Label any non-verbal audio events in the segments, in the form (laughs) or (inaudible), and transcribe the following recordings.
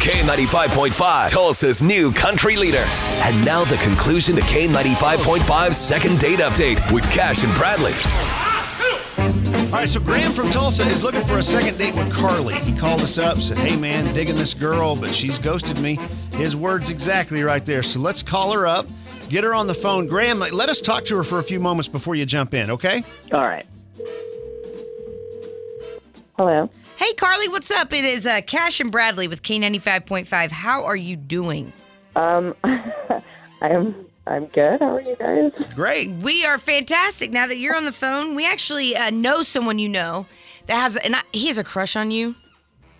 K95.5, Tulsa's new country leader. And now the conclusion to K95.5's second date update with Cash and Bradley. All right, so Graham from Tulsa is looking for a second date with Carly. He called us up, said, Hey man, digging this girl, but she's ghosted me. His words exactly right there. So let's call her up, get her on the phone. Graham, let us talk to her for a few moments before you jump in, okay? All right. Hello. Hey, Carly, what's up? It is uh, Cash and Bradley with K95.5. How are you doing? Um, I'm I'm good. How are you guys? Great. We are fantastic. Now that you're on the phone, we actually uh, know someone you know that has, and I, he has a crush on you,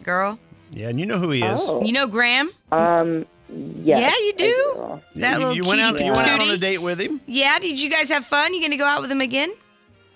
girl. Yeah, and you know who he is. Oh. You know Graham? Um. Yes, Yeah, I you do. That you, little you went cutie out, you went out on patootie. a date with him. Yeah, did you guys have fun? You gonna go out with him again?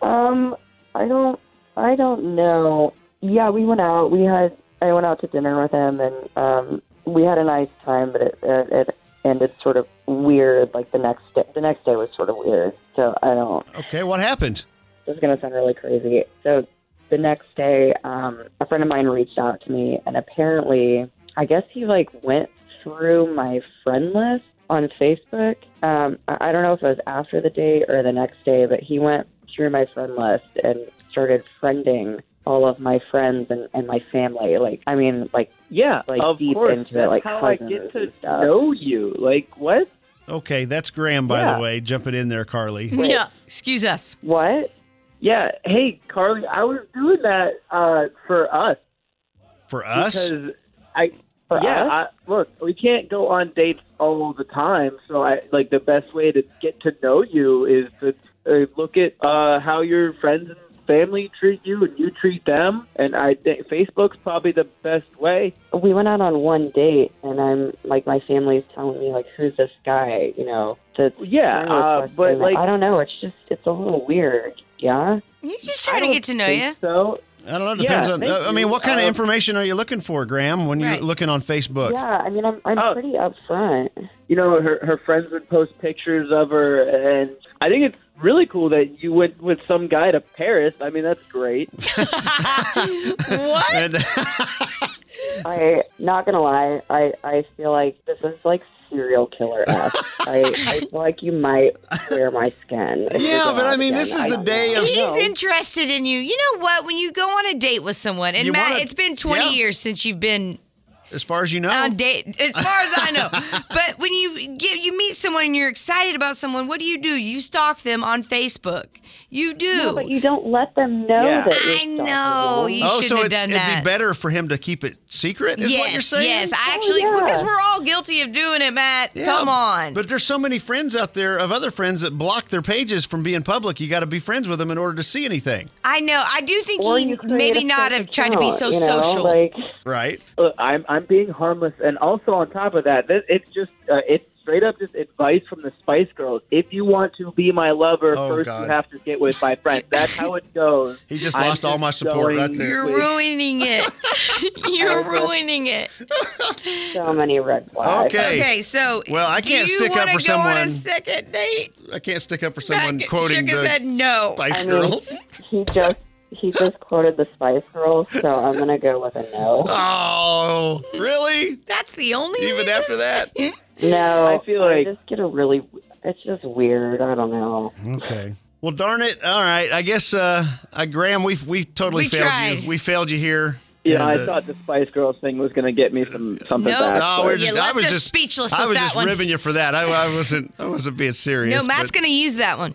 do. Um. I don't. I don't know. Yeah, we went out. We had. I went out to dinner with him, and um, we had a nice time. But it, it, it ended sort of weird. Like the next day. The next day was sort of weird. So I don't. Okay, what happened? this is going to sound really crazy. So the next day, um, a friend of mine reached out to me, and apparently, I guess he like went through my friend list on Facebook. Um, I I don't know if it was after the date or the next day, but he went through my friend list and started friending all of my friends and, and my family. Like, I mean, like Yeah, like, of deep course. into it, That's like how I cousins get and to stuff. know you. Like what? Okay, that's Graham, by Yeah. the way, jumping in there, Carly. Wait. Yeah. Excuse us. what? Yeah. Hey, Carly, I was doing that uh, for us For us? because I. For yeah. us? I, look, we can't go on dates all the time. So I like the best way to get to know you is to uh, look at uh, how your friends and family treat you and you treat them. And I think Facebook's probably the best way. we went out on one date and I'm like my family's telling me like who's this guy, you know, to Yeah, I don't know, uh, it's but like I don't know, it's just it's a little weird. Yeah. He's just I trying to don't get to know think you. So I don't know. It depends Yeah, on. thank I mean, you. what kind of Uh, information are you looking for, Graham, when you're Right. looking on Facebook? Yeah, I mean I'm I'm Oh. pretty upfront. you know, her her friends would post pictures of her, and I think it's really cool that you went with some guy to Paris. I mean, that's great. what? And- I not gonna lie, I I feel like this is like serial killer esque. (laughs) I, I feel like you might wear my skin. if we Yeah, go but out I mean, again. this is the don't day know. of- He's interested in you. You know what? When you go on a date with someone, and You Matt, wanna- it's been 20 yeah. years since you've been (laughs) as far as you know. on date, as far as (laughs) I know. but when you get you meet someone and you're excited about someone, what do you do? You stalk them on Facebook. You do. No, but you don't let them know Yeah. that you're I stalking know. them. You oh, shouldn't so have it's, done it'd that. be better for him to keep it secret. Is yes, what you're saying? yes. I actually Oh, yeah. because we're all guilty of doing it, Matt. Yeah, Come on. But there's so many friends out there of other friends that block their pages from being public. You got to be friends with them in order to see anything, I know. I do think Or he you create a maybe not fake have tried to be so account, you know, social. Like, right? Look, Uh, I'm I'm being harmless, and also on top of that, that it's just uh, it's straight up just advice from the Spice Girls. If you want to be my lover, Oh, first God. you have to get with my friend. That's how it (laughs) goes. He just I'm lost all my support going right there. You're with- (laughs) ruining it. (laughs) You're ruining it. so many red flags. Okay. Okay, so Well, I do can't you stick up wanna for go on someone- a second date. I can't stick up for someone Matt quoting shook his the head no. Spice I mean, Girls. he just he just quoted the Spice Girls, so I'm gonna go with a no. (laughs) Oh, really? That's the only Even reason. after (laughs) that? No, I feel like- just get a really. It's just weird. I don't know. Okay. Well, darn it! All right, I guess uh, uh Graham, we we totally We failed tried. you. We failed you here. Yeah, And, I uh, thought the Spice Girls thing was going to get me some something Nope. back. No, but- we're You just, I left was us just speechless I with was that just one. ribbing you for that. I, I wasn't. I wasn't being serious. No, Matt's but- gonna use that one.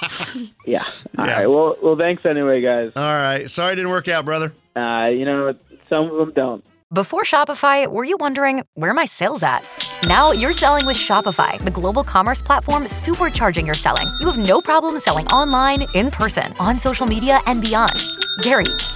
yeah. All Yeah. Uh, right. Well, well, thanks anyway, guys. All right. Sorry, it didn't work out, brother. Uh, you know, some of them don't. Before Shopify, were you wondering where are my sales at? Now you're selling with Shopify, the global commerce platform supercharging your selling. You have no problem selling online, in person, on social media, and beyond. Gary,